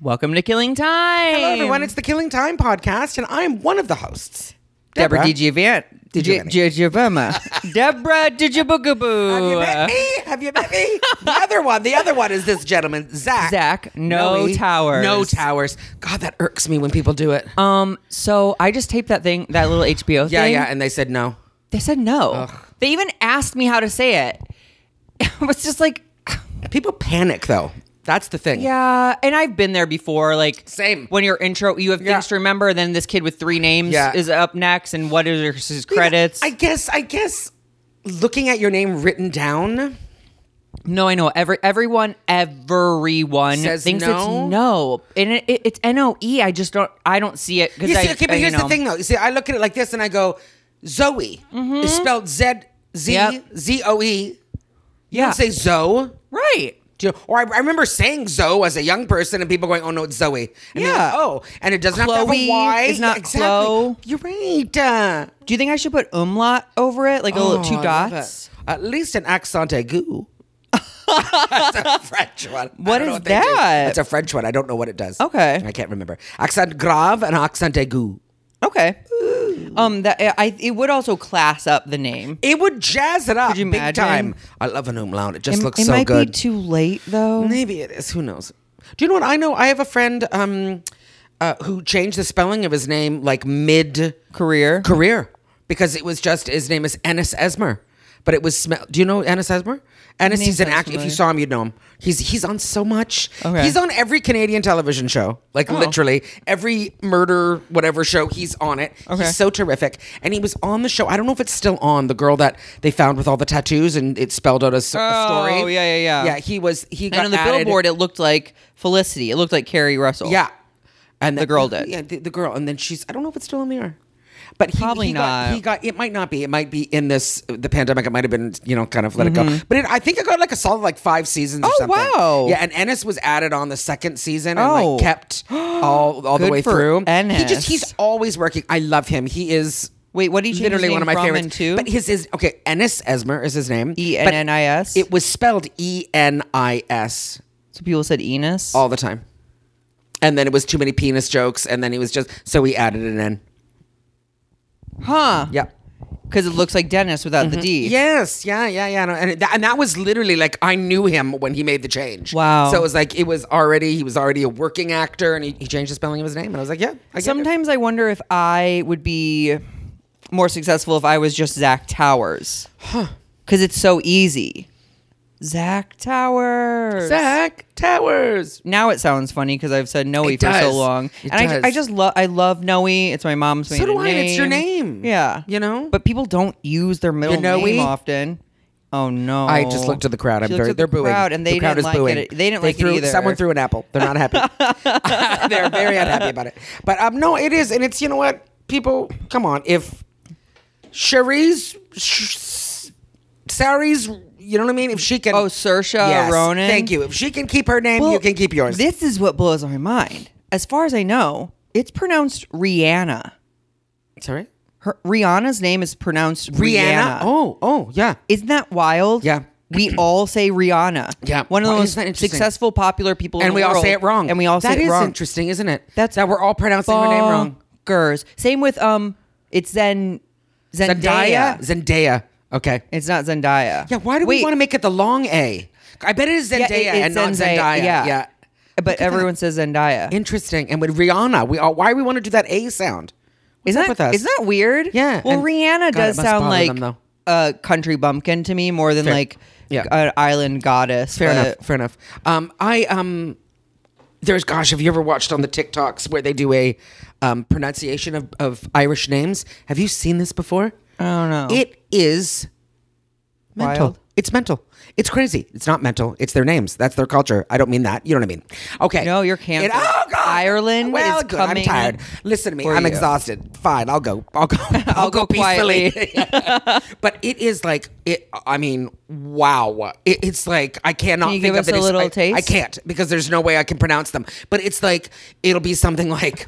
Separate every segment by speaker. Speaker 1: Welcome to Killing Time.
Speaker 2: Hello, everyone. It's the Killing Time podcast, and I am one of the hosts.
Speaker 1: Deborah DiGiovanni.
Speaker 2: DiGiovanni.
Speaker 1: DiGiovanni. Deborah
Speaker 2: Have you
Speaker 1: DiGiboogaboo.
Speaker 2: met me? Have you met me? the other one. The other one is this gentleman, Zach.
Speaker 1: Zach, no
Speaker 2: Noe.
Speaker 1: towers.
Speaker 2: No towers. God, that irks me when people do it.
Speaker 1: Um, so I just taped that thing, that little HBO
Speaker 2: yeah,
Speaker 1: thing.
Speaker 2: yeah. And they said no.
Speaker 1: They said no. They even asked me how to say it. I was just like,
Speaker 2: People panic though. That's the thing.
Speaker 1: yeah. And I've been there before. Like,
Speaker 2: Same.
Speaker 1: When your intro, you have
Speaker 2: Yeah.
Speaker 1: things to remember. Then this kid with three names
Speaker 2: Yeah.
Speaker 1: is up next, and what is his credits?
Speaker 2: I guess. I guess. Looking at your name written down.
Speaker 1: No, I know. Every everyone, everyone
Speaker 2: Says
Speaker 1: thinks
Speaker 2: no?
Speaker 1: it's no, and it, it, it's N O E. I just don't. I don't see it because
Speaker 2: You
Speaker 1: I.
Speaker 2: see, okay,
Speaker 1: I-
Speaker 2: but
Speaker 1: you
Speaker 2: here's
Speaker 1: know.
Speaker 2: the thing though. You see, I look at it like this and I go, Zoe is spelled Z Z
Speaker 1: Mm-hmm. Yep.
Speaker 2: Z O E. You
Speaker 1: Yeah.
Speaker 2: don't say Zoe.
Speaker 1: right.
Speaker 2: Do you- or I, I remember saying Zoe as a young person and people going, oh no, it's Zoe. And they're
Speaker 1: Yeah.
Speaker 2: like, oh, and it doesn't have to have
Speaker 1: Chloe
Speaker 2: a Y.
Speaker 1: is not
Speaker 2: exactly.
Speaker 1: Chloe.
Speaker 2: You're right. Uh,
Speaker 1: Do you think I should put umlaut over it, like a
Speaker 2: oh,
Speaker 1: little two
Speaker 2: I love
Speaker 1: dots?
Speaker 2: it. At least an accent aigu. That's a French one. I
Speaker 1: What
Speaker 2: don't know
Speaker 1: is
Speaker 2: they do.
Speaker 1: that?
Speaker 2: It's a French one. I don't know what it does.
Speaker 1: Okay.
Speaker 2: I can't remember. Accent grave and accent aigu.
Speaker 1: Okay. Um, that I- I it would also class up the name.
Speaker 2: It would jazz it up
Speaker 1: you
Speaker 2: big
Speaker 1: imagine?
Speaker 2: time. I love an umlaut. It just
Speaker 1: it
Speaker 2: looks
Speaker 1: it
Speaker 2: so
Speaker 1: might
Speaker 2: good.
Speaker 1: be too late though.
Speaker 2: Maybe it is. Who knows? Do you know what I know? I have a friend um, uh, who changed the spelling of his name like mid
Speaker 1: Career.
Speaker 2: career because it was just his name is Ennis Esmer, but it was smell. Do you know Ennis Esmer? Ennis,
Speaker 1: Name
Speaker 2: he's an
Speaker 1: sounds
Speaker 2: actor. If you
Speaker 1: familiar.
Speaker 2: saw him, you'd know him. He's he's on so much.
Speaker 1: Okay. Oh.
Speaker 2: He's on every Canadian television show, like literally every murder whatever show. He's on it.
Speaker 1: Okay.
Speaker 2: He's so terrific, and he was on the show. I don't know if it's still on. The girl that they found with all the tattoos and it spelled out a, s- a
Speaker 1: Oh,
Speaker 2: story.
Speaker 1: yeah, yeah, yeah.
Speaker 2: Yeah, he was. He got
Speaker 1: and on the
Speaker 2: added-
Speaker 1: billboard, it looked like Felicity. It looked like Carrie Russell.
Speaker 2: yeah. And
Speaker 1: The girl did.
Speaker 2: Yeah, the, the girl. And then she's, I don't know if it's still on the air. But he,
Speaker 1: Probably
Speaker 2: he got-
Speaker 1: not.
Speaker 2: he got, it might not be. It might be in this, the pandemic. It might have been, you know, kind of let it go. But it, I think it got like a solid like five seasons or
Speaker 1: Mm-hmm. Oh,
Speaker 2: something.
Speaker 1: wow.
Speaker 2: Yeah. And Ennis was added on the second season and
Speaker 1: Oh.
Speaker 2: like kept all, all the
Speaker 1: Good
Speaker 2: way
Speaker 1: for
Speaker 2: through. He
Speaker 1: Ennis.
Speaker 2: just, he's always working. I love him. He is.
Speaker 1: Wait, what did you change his
Speaker 2: Literally one
Speaker 1: name
Speaker 2: of my
Speaker 1: from
Speaker 2: favorites.
Speaker 1: and to?
Speaker 2: But his is okay. Ennis Esmer is his name.
Speaker 1: E N N I S?
Speaker 2: But It was spelled E N I S
Speaker 1: So people said Enos.
Speaker 2: all the time. And then it was too many penis jokes, and then he was just so he added it in.
Speaker 1: Huh.
Speaker 2: Yep.
Speaker 1: Because it looks like Dennis without the D.
Speaker 2: Yes. Yeah. Yeah. Yeah. No, and it- and that was literally like I knew him when he made the change.
Speaker 1: Wow.
Speaker 2: So it was like it was already he was already a working actor, and he, he changed the spelling of his name, and I was like, yeah. I get it.
Speaker 1: Sometimes I wonder if I would be more successful if I was just Zach Towers. Because it's so easy. Zach Towers.
Speaker 2: Zach Towers.
Speaker 1: Now it sounds funny because I've said Noe
Speaker 2: It
Speaker 1: for so
Speaker 2: does.
Speaker 1: long,
Speaker 2: It
Speaker 1: and
Speaker 2: does.
Speaker 1: I, I just love I love Noe. It's my mom's
Speaker 2: So
Speaker 1: maiden
Speaker 2: do I.
Speaker 1: name.
Speaker 2: and It's your name.
Speaker 1: Yeah,
Speaker 2: You know.
Speaker 1: but people don't use their middle
Speaker 2: Noe?
Speaker 1: name often. Oh no!
Speaker 2: I just looked at the crowd. I'm
Speaker 1: She looked
Speaker 2: very.
Speaker 1: at
Speaker 2: They're
Speaker 1: the
Speaker 2: booing.
Speaker 1: crowd, and they
Speaker 2: the crowd
Speaker 1: didn't
Speaker 2: is
Speaker 1: like
Speaker 2: booing.
Speaker 1: it. They didn't like
Speaker 2: threw,
Speaker 1: it either.
Speaker 2: Someone threw an apple. They're not happy. They're very unhappy about it. But um, no, it is, and it's you know what, people, come on. If Cherie's, Sh- Sari's, you know what I mean. If she can,
Speaker 1: Oh, Saoirse Ronan?
Speaker 2: Thank you. If she can keep her name, you
Speaker 1: Well,
Speaker 2: can keep yours.
Speaker 1: This is what blows my mind. As far as I know, it's pronounced Rihanna.
Speaker 2: Sorry,
Speaker 1: Her, Rihanna's name is pronounced Rihanna.
Speaker 2: Rihanna. Oh, oh, yeah.
Speaker 1: Isn't that wild?
Speaker 2: Yeah.
Speaker 1: We all say Rihanna.
Speaker 2: Yeah.
Speaker 1: One of the
Speaker 2: Why is
Speaker 1: most
Speaker 2: that interesting?
Speaker 1: successful, popular people in
Speaker 2: And
Speaker 1: the
Speaker 2: we all
Speaker 1: world.
Speaker 2: say it wrong.
Speaker 1: And we all
Speaker 2: That
Speaker 1: say it
Speaker 2: is
Speaker 1: wrong.
Speaker 2: interesting, isn't it?
Speaker 1: That's-
Speaker 2: that we're all pronouncing her name wrong.
Speaker 1: Bonkers. Same with, um, it's Zen, Zendaya.
Speaker 2: Zendaya. Zendaya. Okay.
Speaker 1: It's not Zendaya.
Speaker 2: Yeah, why do we
Speaker 1: Wait,
Speaker 2: want to make it the long A? I bet it is Zendaya
Speaker 1: yeah, it- it's
Speaker 2: and not
Speaker 1: Zendaya,
Speaker 2: Zendaya.
Speaker 1: Yeah.
Speaker 2: Yeah.
Speaker 1: But everyone says Zendaya.
Speaker 2: Interesting. And with Rihanna, we all why we want to do that A sound?
Speaker 1: Isn't
Speaker 2: up
Speaker 1: that,
Speaker 2: with us?
Speaker 1: isn't that weird?
Speaker 2: Yeah,
Speaker 1: Well,
Speaker 2: and-
Speaker 1: Rihanna
Speaker 2: God,
Speaker 1: does
Speaker 2: it must
Speaker 1: sound
Speaker 2: bother
Speaker 1: like
Speaker 2: them, though.
Speaker 1: a country bumpkin to me more than
Speaker 2: Fair.
Speaker 1: like
Speaker 2: Yeah.
Speaker 1: an island goddess.
Speaker 2: Fair
Speaker 1: but-
Speaker 2: enough. Fair enough. Um, I um, there's gosh, have you ever watched on the TikToks where they do a um, pronunciation of, of Irish names? Have you seen this before?
Speaker 1: I don't know.
Speaker 2: It is mental.
Speaker 1: Wild.
Speaker 2: It's mental. It's crazy. It's not mental. It's their names. That's their culture. I don't mean that. You know what I mean? Okay.
Speaker 1: No, you're canceled.
Speaker 2: oh God.
Speaker 1: Ireland
Speaker 2: Well,
Speaker 1: is
Speaker 2: good.
Speaker 1: coming
Speaker 2: I'm tired. Listen to me.
Speaker 1: for
Speaker 2: I'm
Speaker 1: you.
Speaker 2: exhausted. Fine. I'll go. I'll go. I'll,
Speaker 1: go
Speaker 2: peacefully. but it is like it. I mean, wow. It, it's like I cannot.
Speaker 1: Can you
Speaker 2: think
Speaker 1: give us
Speaker 2: of it
Speaker 1: a
Speaker 2: as-
Speaker 1: little
Speaker 2: I- I
Speaker 1: taste?
Speaker 2: can't can't because there's no way I can pronounce them. But it's like it'll be something like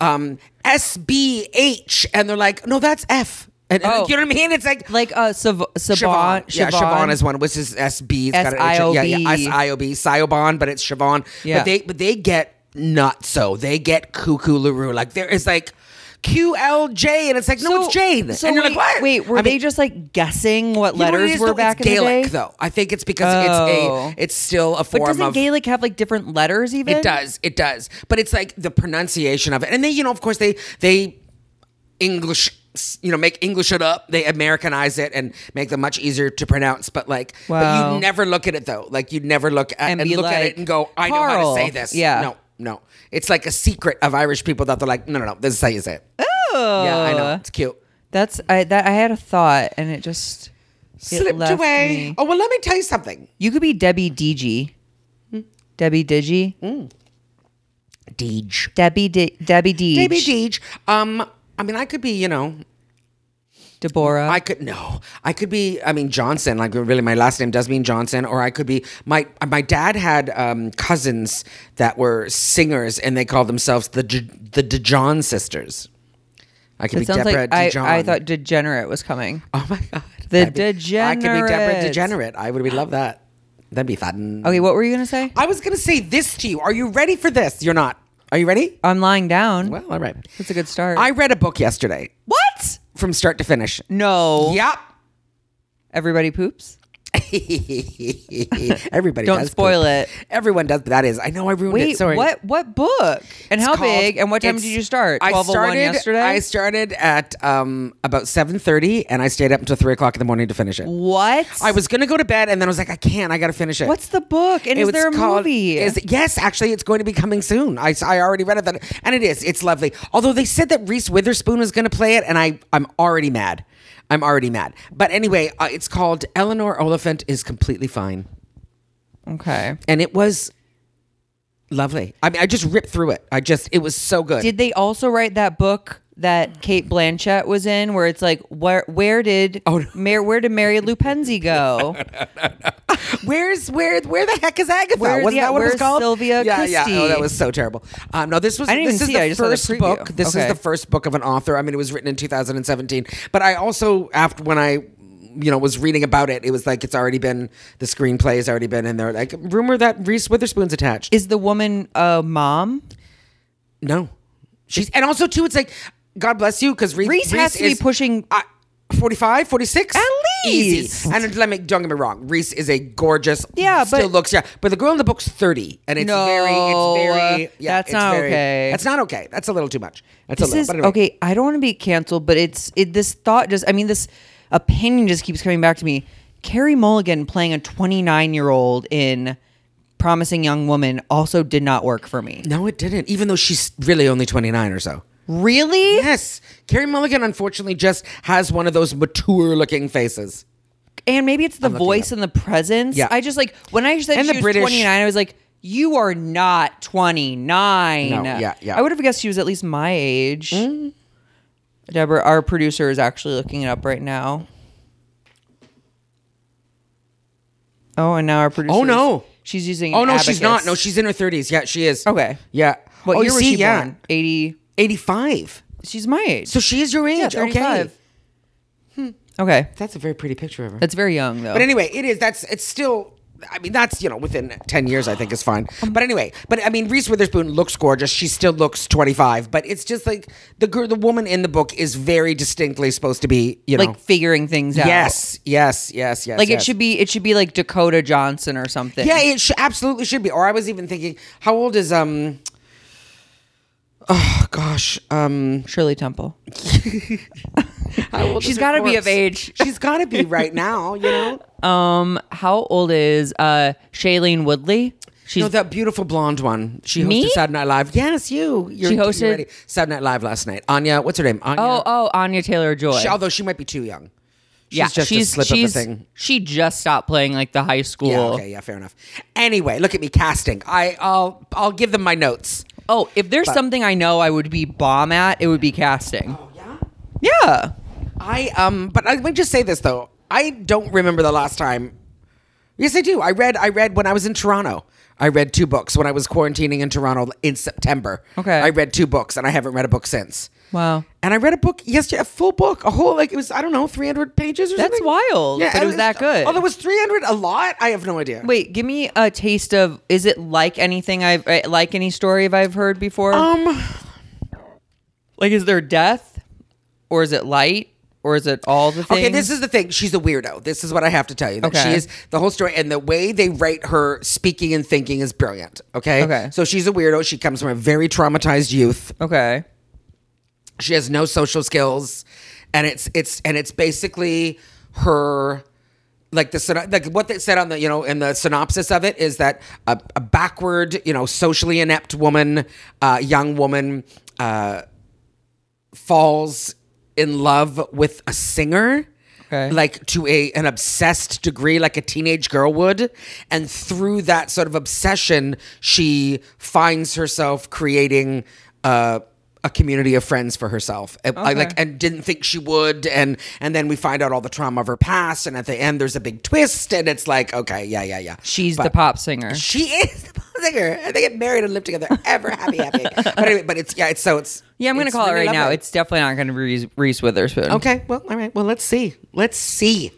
Speaker 2: um S B H and they're like, no, that's F. And, and
Speaker 1: Oh.
Speaker 2: you know what I mean? It's like
Speaker 1: like uh, Sav- Savon,
Speaker 2: Siobhan. Yeah, Siobhan is one, which is SB. It's got an H- Yeah, yeah,
Speaker 1: S.I.O.B..
Speaker 2: S-I-O-B. Siobhan, but it's Siobhan.
Speaker 1: Yeah.
Speaker 2: But they but they get not so. They get cuckoo LaRue. Like there is like QLJ, and it's like no, it's Jane.
Speaker 1: So
Speaker 2: and you're
Speaker 1: wait,
Speaker 2: like, what?
Speaker 1: wait, were
Speaker 2: I
Speaker 1: they
Speaker 2: mean,
Speaker 1: just like guessing what
Speaker 2: you know what it
Speaker 1: letters
Speaker 2: is,
Speaker 1: were
Speaker 2: though?
Speaker 1: back
Speaker 2: it's
Speaker 1: in
Speaker 2: Gaelic,
Speaker 1: the day?
Speaker 2: though. I think it's because
Speaker 1: Oh.
Speaker 2: it's a it's still a form
Speaker 1: But doesn't
Speaker 2: of
Speaker 1: Gaelic have like different letters? Even
Speaker 2: It does. It does. But it's like the pronunciation of it. And they, you know, of course, they they English, you know, make English it up. They Americanize it and make them much easier to pronounce. But like, but
Speaker 1: Wow.
Speaker 2: you never look at it though. Like you never look at
Speaker 1: And
Speaker 2: and,
Speaker 1: be
Speaker 2: look at
Speaker 1: like,
Speaker 2: it and go, I know how
Speaker 1: "Carl."
Speaker 2: to say this.
Speaker 1: Yeah.
Speaker 2: No. No, it's like a secret of Irish people that they're like, no, no, no, this is how you say it.
Speaker 1: Oh,
Speaker 2: Yeah, I know, it's cute.
Speaker 1: That's I that I had a thought and it just it
Speaker 2: Slipped
Speaker 1: left
Speaker 2: away.
Speaker 1: me.
Speaker 2: Oh well, let me tell you something.
Speaker 1: You could be Debbie DG.
Speaker 2: Hmm.
Speaker 1: Debbie Digi.
Speaker 2: Deej.
Speaker 1: Debbie D- Debbie Deej.
Speaker 2: Baby Deej. Um, I mean, I could be, you know,
Speaker 1: Deborah.
Speaker 2: I could no. I could be. I mean Johnson. Like really, my last name does mean Johnson. Or I could be. My my dad had um, cousins that were singers, and they called themselves the D- the DeJohn sisters. I could
Speaker 1: that
Speaker 2: be
Speaker 1: sounds
Speaker 2: Deborah
Speaker 1: like I,
Speaker 2: DeJohn.
Speaker 1: I thought degenerate was coming.
Speaker 2: Oh my god.
Speaker 1: The
Speaker 2: I'd be- I could be Deborah
Speaker 1: Degenerate.
Speaker 2: Degenerate. I would be love that. That'd be fun.
Speaker 1: Okay, what were you gonna say?
Speaker 2: I was gonna say this to you. Are you ready for this? You're not. Are you ready?
Speaker 1: I'm lying down.
Speaker 2: Well, all right.
Speaker 1: That's a good start.
Speaker 2: I read a book yesterday
Speaker 1: what?
Speaker 2: from start to finish.
Speaker 1: No.
Speaker 2: Yep.
Speaker 1: Everybody poops.
Speaker 2: Everybody
Speaker 1: Don't
Speaker 2: does
Speaker 1: spoil
Speaker 2: poop.
Speaker 1: it.
Speaker 2: Everyone does. That is. I know I ruined
Speaker 1: Wait,
Speaker 2: it. Sorry.
Speaker 1: what? What book? And
Speaker 2: It's
Speaker 1: how
Speaker 2: called-
Speaker 1: big? And what time
Speaker 2: it's-
Speaker 1: did you start?
Speaker 2: I
Speaker 1: 12:01
Speaker 2: started
Speaker 1: yesterday.
Speaker 2: I started at um, about seven thirty, and I stayed up until three o'clock in the morning to finish it.
Speaker 1: what?
Speaker 2: I was gonna go to bed, and then I was like, I can't. I gotta finish it.
Speaker 1: What's the book? And
Speaker 2: It
Speaker 1: is
Speaker 2: was
Speaker 1: there a
Speaker 2: called-
Speaker 1: movie?
Speaker 2: Is, yes, actually, it's going to be coming soon. I, I already read it, that, and it is. It's lovely. Although they said that Reese Witherspoon is going to play it, and I I'm already mad. I'm already mad. But anyway, uh, it's called Eleanor Oliphant is completely fine,
Speaker 1: okay.
Speaker 2: and it was lovely. I mean, I just ripped through it. I just it was so good.
Speaker 1: Did they also write that book that Kate Blanchett was in, where it's like, where where did
Speaker 2: Oh, no.
Speaker 1: Mar- where did Mary Lou Penzi go?
Speaker 2: Where's where where the heck is Agatha?
Speaker 1: Where-
Speaker 2: Wasn't
Speaker 1: yeah,
Speaker 2: that what it
Speaker 1: where's
Speaker 2: was called?
Speaker 1: Sylvia
Speaker 2: yeah, yeah.
Speaker 1: Christie?
Speaker 2: Oh, that was so terrible. Um, no, this was
Speaker 1: I didn't
Speaker 2: this
Speaker 1: even
Speaker 2: is
Speaker 1: see
Speaker 2: the
Speaker 1: it. I just saw the
Speaker 2: first
Speaker 1: preview.
Speaker 2: book. This
Speaker 1: Okay.
Speaker 2: is the first book of an author. I mean, it was written in 2017. But I also after when I you know was reading about it, it was like it's already been the screenplay has already been in there. Like rumor that Reese Witherspoon's attached.
Speaker 1: Is the woman a mom?
Speaker 2: no, she's and also too. It's like God bless you because Reese,
Speaker 1: Reese has to be
Speaker 2: is-
Speaker 1: pushing-
Speaker 2: I, 45, 46?
Speaker 1: At least.
Speaker 2: Easy. And let me don't get me wrong. Reese is a gorgeous
Speaker 1: Yeah,
Speaker 2: still
Speaker 1: but-
Speaker 2: looks yeah. But the girl in the book's 30. And it's
Speaker 1: No,
Speaker 2: very it's very yeah,
Speaker 1: that's
Speaker 2: it's
Speaker 1: not
Speaker 2: very-
Speaker 1: okay.
Speaker 2: That's not okay. That's a little too much. That's a
Speaker 1: This
Speaker 2: little
Speaker 1: is
Speaker 2: but anyway.
Speaker 1: okay. I don't want to be canceled, but it's it, this thought just. I mean, this opinion just keeps coming back to me. Carrie Mulligan playing a 29 year old in Promising Young Woman also did not work for me.
Speaker 2: No, it didn't, even though she's really only 29 or so.
Speaker 1: Really?
Speaker 2: Yes. Carrie Mulligan unfortunately just has one of those mature looking faces.
Speaker 1: and maybe it's the
Speaker 2: looking
Speaker 1: voice and the presence.
Speaker 2: Yeah.
Speaker 1: I just like when I said
Speaker 2: And
Speaker 1: she
Speaker 2: the
Speaker 1: was
Speaker 2: British-
Speaker 1: 29, I was like, you are not 29.
Speaker 2: No, yeah, yeah. Mm.
Speaker 1: I would have guessed she was at least my age. Deborah, our producer, is actually looking it up right now. Oh, and now our producer.
Speaker 2: Oh, no.
Speaker 1: She's using.
Speaker 2: Oh
Speaker 1: an
Speaker 2: no, she's not.
Speaker 1: abacus.
Speaker 2: No, she's in her 30s. Yeah, she is.
Speaker 1: Okay.
Speaker 2: Yeah.
Speaker 1: What
Speaker 2: oh,
Speaker 1: year
Speaker 2: you
Speaker 1: was
Speaker 2: see,
Speaker 1: she
Speaker 2: yeah.
Speaker 1: born? 80.
Speaker 2: 85.
Speaker 1: She's my age.
Speaker 2: So she is your
Speaker 1: yeah,
Speaker 2: age. okay.
Speaker 1: 35. Okay.
Speaker 2: That's a very pretty picture of her.
Speaker 1: That's very young though.
Speaker 2: But anyway, it is. That's it's still. I mean, that's you know within ten years, I think is fine.
Speaker 1: Um,
Speaker 2: But anyway, but I mean, Reese Witherspoon looks gorgeous. She still looks twenty five. But it's just like the girl, the woman in the book is very distinctly supposed to be, you know.
Speaker 1: like figuring things out.
Speaker 2: yes, yes, yes, yes.
Speaker 1: Like
Speaker 2: yes.
Speaker 1: it should be. It should be like Dakota Johnson or something.
Speaker 2: Yeah, it sh- absolutely should be. Or I was even thinking, how old is um? Oh gosh, um,
Speaker 1: Shirley Temple.
Speaker 2: how old is
Speaker 1: She's
Speaker 2: her
Speaker 1: got to be of
Speaker 2: corpse?
Speaker 1: age.
Speaker 2: She's got to be right now. You know,
Speaker 1: Um, how old is uh Shailene Woodley? She's
Speaker 2: no, that beautiful blonde one. She hosted
Speaker 1: Me?
Speaker 2: Saturday Night Live. Yes, you. You're,
Speaker 1: She hosted-
Speaker 2: you're ready. Saturday Night Live last night. Anya, what's her name? Anya.
Speaker 1: oh oh Anya Taylor Joy.
Speaker 2: She- although she might be too young. She's
Speaker 1: yeah,
Speaker 2: just
Speaker 1: she's
Speaker 2: a slip
Speaker 1: she's
Speaker 2: of a thing.
Speaker 1: she just stopped playing like the high school.
Speaker 2: Yeah, okay, yeah, fair enough. Anyway, look at me casting. I, I'll, I'll give them my notes.
Speaker 1: Oh, if there's something I know I would be bomb at, it would be casting.
Speaker 2: Oh yeah.
Speaker 1: Yeah.
Speaker 2: I um, but I, let me just say this though. I don't remember the last time. Yes, I do. I read. I read when I was in Toronto. I read two books when I was quarantining in Toronto in September.
Speaker 1: Okay.
Speaker 2: I read two books, and I haven't read a book since.
Speaker 1: Wow.
Speaker 2: And I read a book yesterday, a full book, a whole like it was I don't know, three hundred pages or
Speaker 1: That's
Speaker 2: something.
Speaker 1: wild, but it
Speaker 2: and uh,
Speaker 1: was that good.
Speaker 2: Although it was three hundred a lot, I have no idea.
Speaker 1: Wait, give me a taste of. Is it like anything I've uh, like any story I've heard before?
Speaker 2: Um,
Speaker 1: like, is there death, or is it light, or is it all the things?
Speaker 2: Okay, this is the thing. She's a weirdo. This is what I have to tell you. That
Speaker 1: Okay.
Speaker 2: She is the whole story, and the way they write her speaking and thinking is brilliant. Okay.
Speaker 1: Okay.
Speaker 2: So she's a weirdo. She comes from a very traumatized youth.
Speaker 1: okay.
Speaker 2: She has no social skills, and it's it's and it's basically her. Like the syno- like what they said on the you know in the synopsis of it is that a, a backward you know socially inept woman, uh, young woman, uh, falls in love with a singer
Speaker 1: Okay.
Speaker 2: like to a an obsessed degree like a teenage girl would and through that sort of obsession she finds herself creating uh, a community of friends for herself And, I, like
Speaker 1: Okay.
Speaker 2: and didn't think she would and and then we find out all the trauma of her past and at the end there's a big twist and it's like okay yeah yeah yeah
Speaker 1: She's
Speaker 2: But-
Speaker 1: the pop singer.
Speaker 2: she is the pop singer and they get married and live together ever happy happy but anyway but it's yeah it's so it's
Speaker 1: Yeah, I'm gonna
Speaker 2: it's
Speaker 1: call
Speaker 2: really
Speaker 1: it right now.
Speaker 2: lovely.
Speaker 1: It's definitely not gonna be Reese, Reese Witherspoon.
Speaker 2: okay well all right well let's see let's see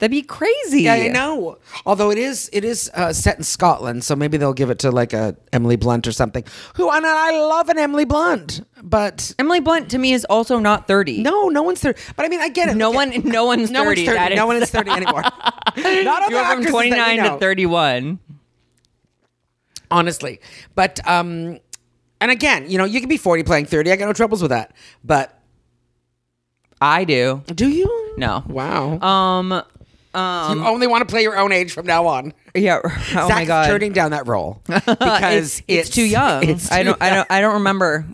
Speaker 1: that'd be crazy.
Speaker 2: Yeah, I know. Although it is it is uh, set in Scotland, so maybe they'll give it to like a Emily Blunt or something. Who and I love an Emily Blunt, but
Speaker 1: Emily Blunt to me is also not 30.
Speaker 2: no, no one's thirty. But I mean, I get it.
Speaker 1: no one, no one's
Speaker 2: no
Speaker 1: 30.
Speaker 2: one's thirty.
Speaker 1: That
Speaker 2: no
Speaker 1: is-
Speaker 2: one is thirty anymore. Not all
Speaker 1: You
Speaker 2: the
Speaker 1: went from
Speaker 2: actresses that we
Speaker 1: 29 to
Speaker 2: know.
Speaker 1: 31.
Speaker 2: honestly. But um, and again, you know, you can be forty playing thirty. I got no troubles with that. But
Speaker 1: I do.
Speaker 2: do you?
Speaker 1: No.
Speaker 2: Wow.
Speaker 1: Um.
Speaker 2: you only want to play your own age from now on.
Speaker 1: Yeah. Oh my
Speaker 2: Zach's
Speaker 1: god.
Speaker 2: turning down that role
Speaker 1: Uh,
Speaker 2: because
Speaker 1: it's, it's too young.
Speaker 2: it's
Speaker 1: I
Speaker 2: too
Speaker 1: don't. I don't. I don't remember.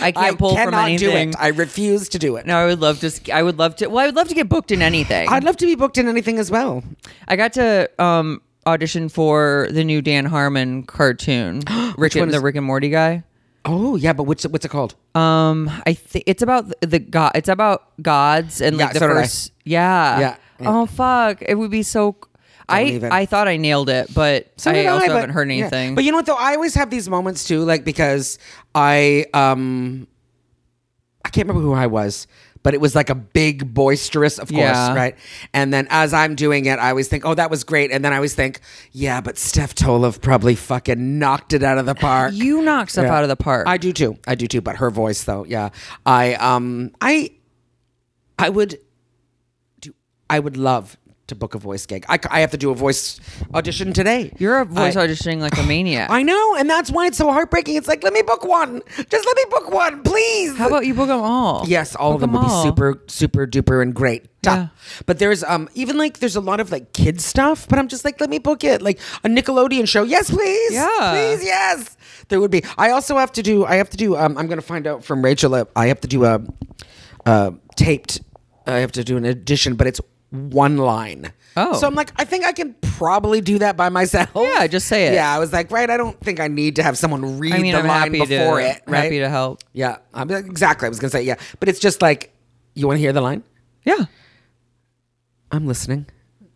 Speaker 1: I can't pull from anything.
Speaker 2: do it. I refuse to do it.
Speaker 1: no, I would love to. I would love to. Well, I would love to get booked in anything.
Speaker 2: I'd love to be booked in anything as well.
Speaker 1: I got to um audition for the new Dan Harmon cartoon. Rick
Speaker 2: one
Speaker 1: and, the
Speaker 2: is-
Speaker 1: Rick and Morty guy.
Speaker 2: Oh yeah, but what's it, what's it called?
Speaker 1: Um, I think it's about the, the god. It's about gods and like
Speaker 2: Yeah,
Speaker 1: the
Speaker 2: so did I.
Speaker 1: first. Yeah.
Speaker 2: Yeah, yeah.
Speaker 1: Oh fuck! It would be so. I
Speaker 2: even.
Speaker 1: I thought I nailed it, but
Speaker 2: So
Speaker 1: I
Speaker 2: did
Speaker 1: also
Speaker 2: but-
Speaker 1: haven't heard
Speaker 2: yeah.
Speaker 1: anything.
Speaker 2: But you know what though, I always have these moments too, like because I um I can't remember who I was, but it was like a big boisterous, of course,
Speaker 1: Yeah.
Speaker 2: right? And then as I'm doing it, I always think, oh, that was great, and then I always think, yeah, but Steph Tolov probably fucking knocked it out of the park.
Speaker 1: you knock stuff
Speaker 2: Yeah.
Speaker 1: out of the park.
Speaker 2: I do too. I do too. But her voice, though, yeah. I um I I would do. I would love to book a voice gig. I, c- I have to do a voice audition today.
Speaker 1: You're a voice
Speaker 2: I,
Speaker 1: auditioning like a maniac.
Speaker 2: I know, and that's why it's so heartbreaking. It's like, let me book one. Just let me book one, please.
Speaker 1: How about you book them all?
Speaker 2: Yes, all
Speaker 1: Book
Speaker 2: of them will be
Speaker 1: all.
Speaker 2: super, super duper and great. Duh.
Speaker 1: Yeah.
Speaker 2: But there's um even like there's a lot of like kid stuff, but I'm just like, let me book it. Like a Nickelodeon show. Yes, please.
Speaker 1: Yeah.
Speaker 2: Please, yes. There would be. I also have to do I have to do um I'm gonna find out from Rachel uh, I have to do a uh taped I have to do an edition, but it's one line.
Speaker 1: Oh.
Speaker 2: So I'm like, I think I can probably do that by myself.
Speaker 1: Yeah, just say it.
Speaker 2: Yeah, I was like, right, I don't think I need to have someone read
Speaker 1: I mean,
Speaker 2: the
Speaker 1: I'm
Speaker 2: line
Speaker 1: happy
Speaker 2: before
Speaker 1: to
Speaker 2: it, right?
Speaker 1: happy to help.
Speaker 2: Yeah, I'm, exactly. I was gonna say yeah, but it's just like you want to hear the line.
Speaker 1: Yeah.
Speaker 2: I'm listening.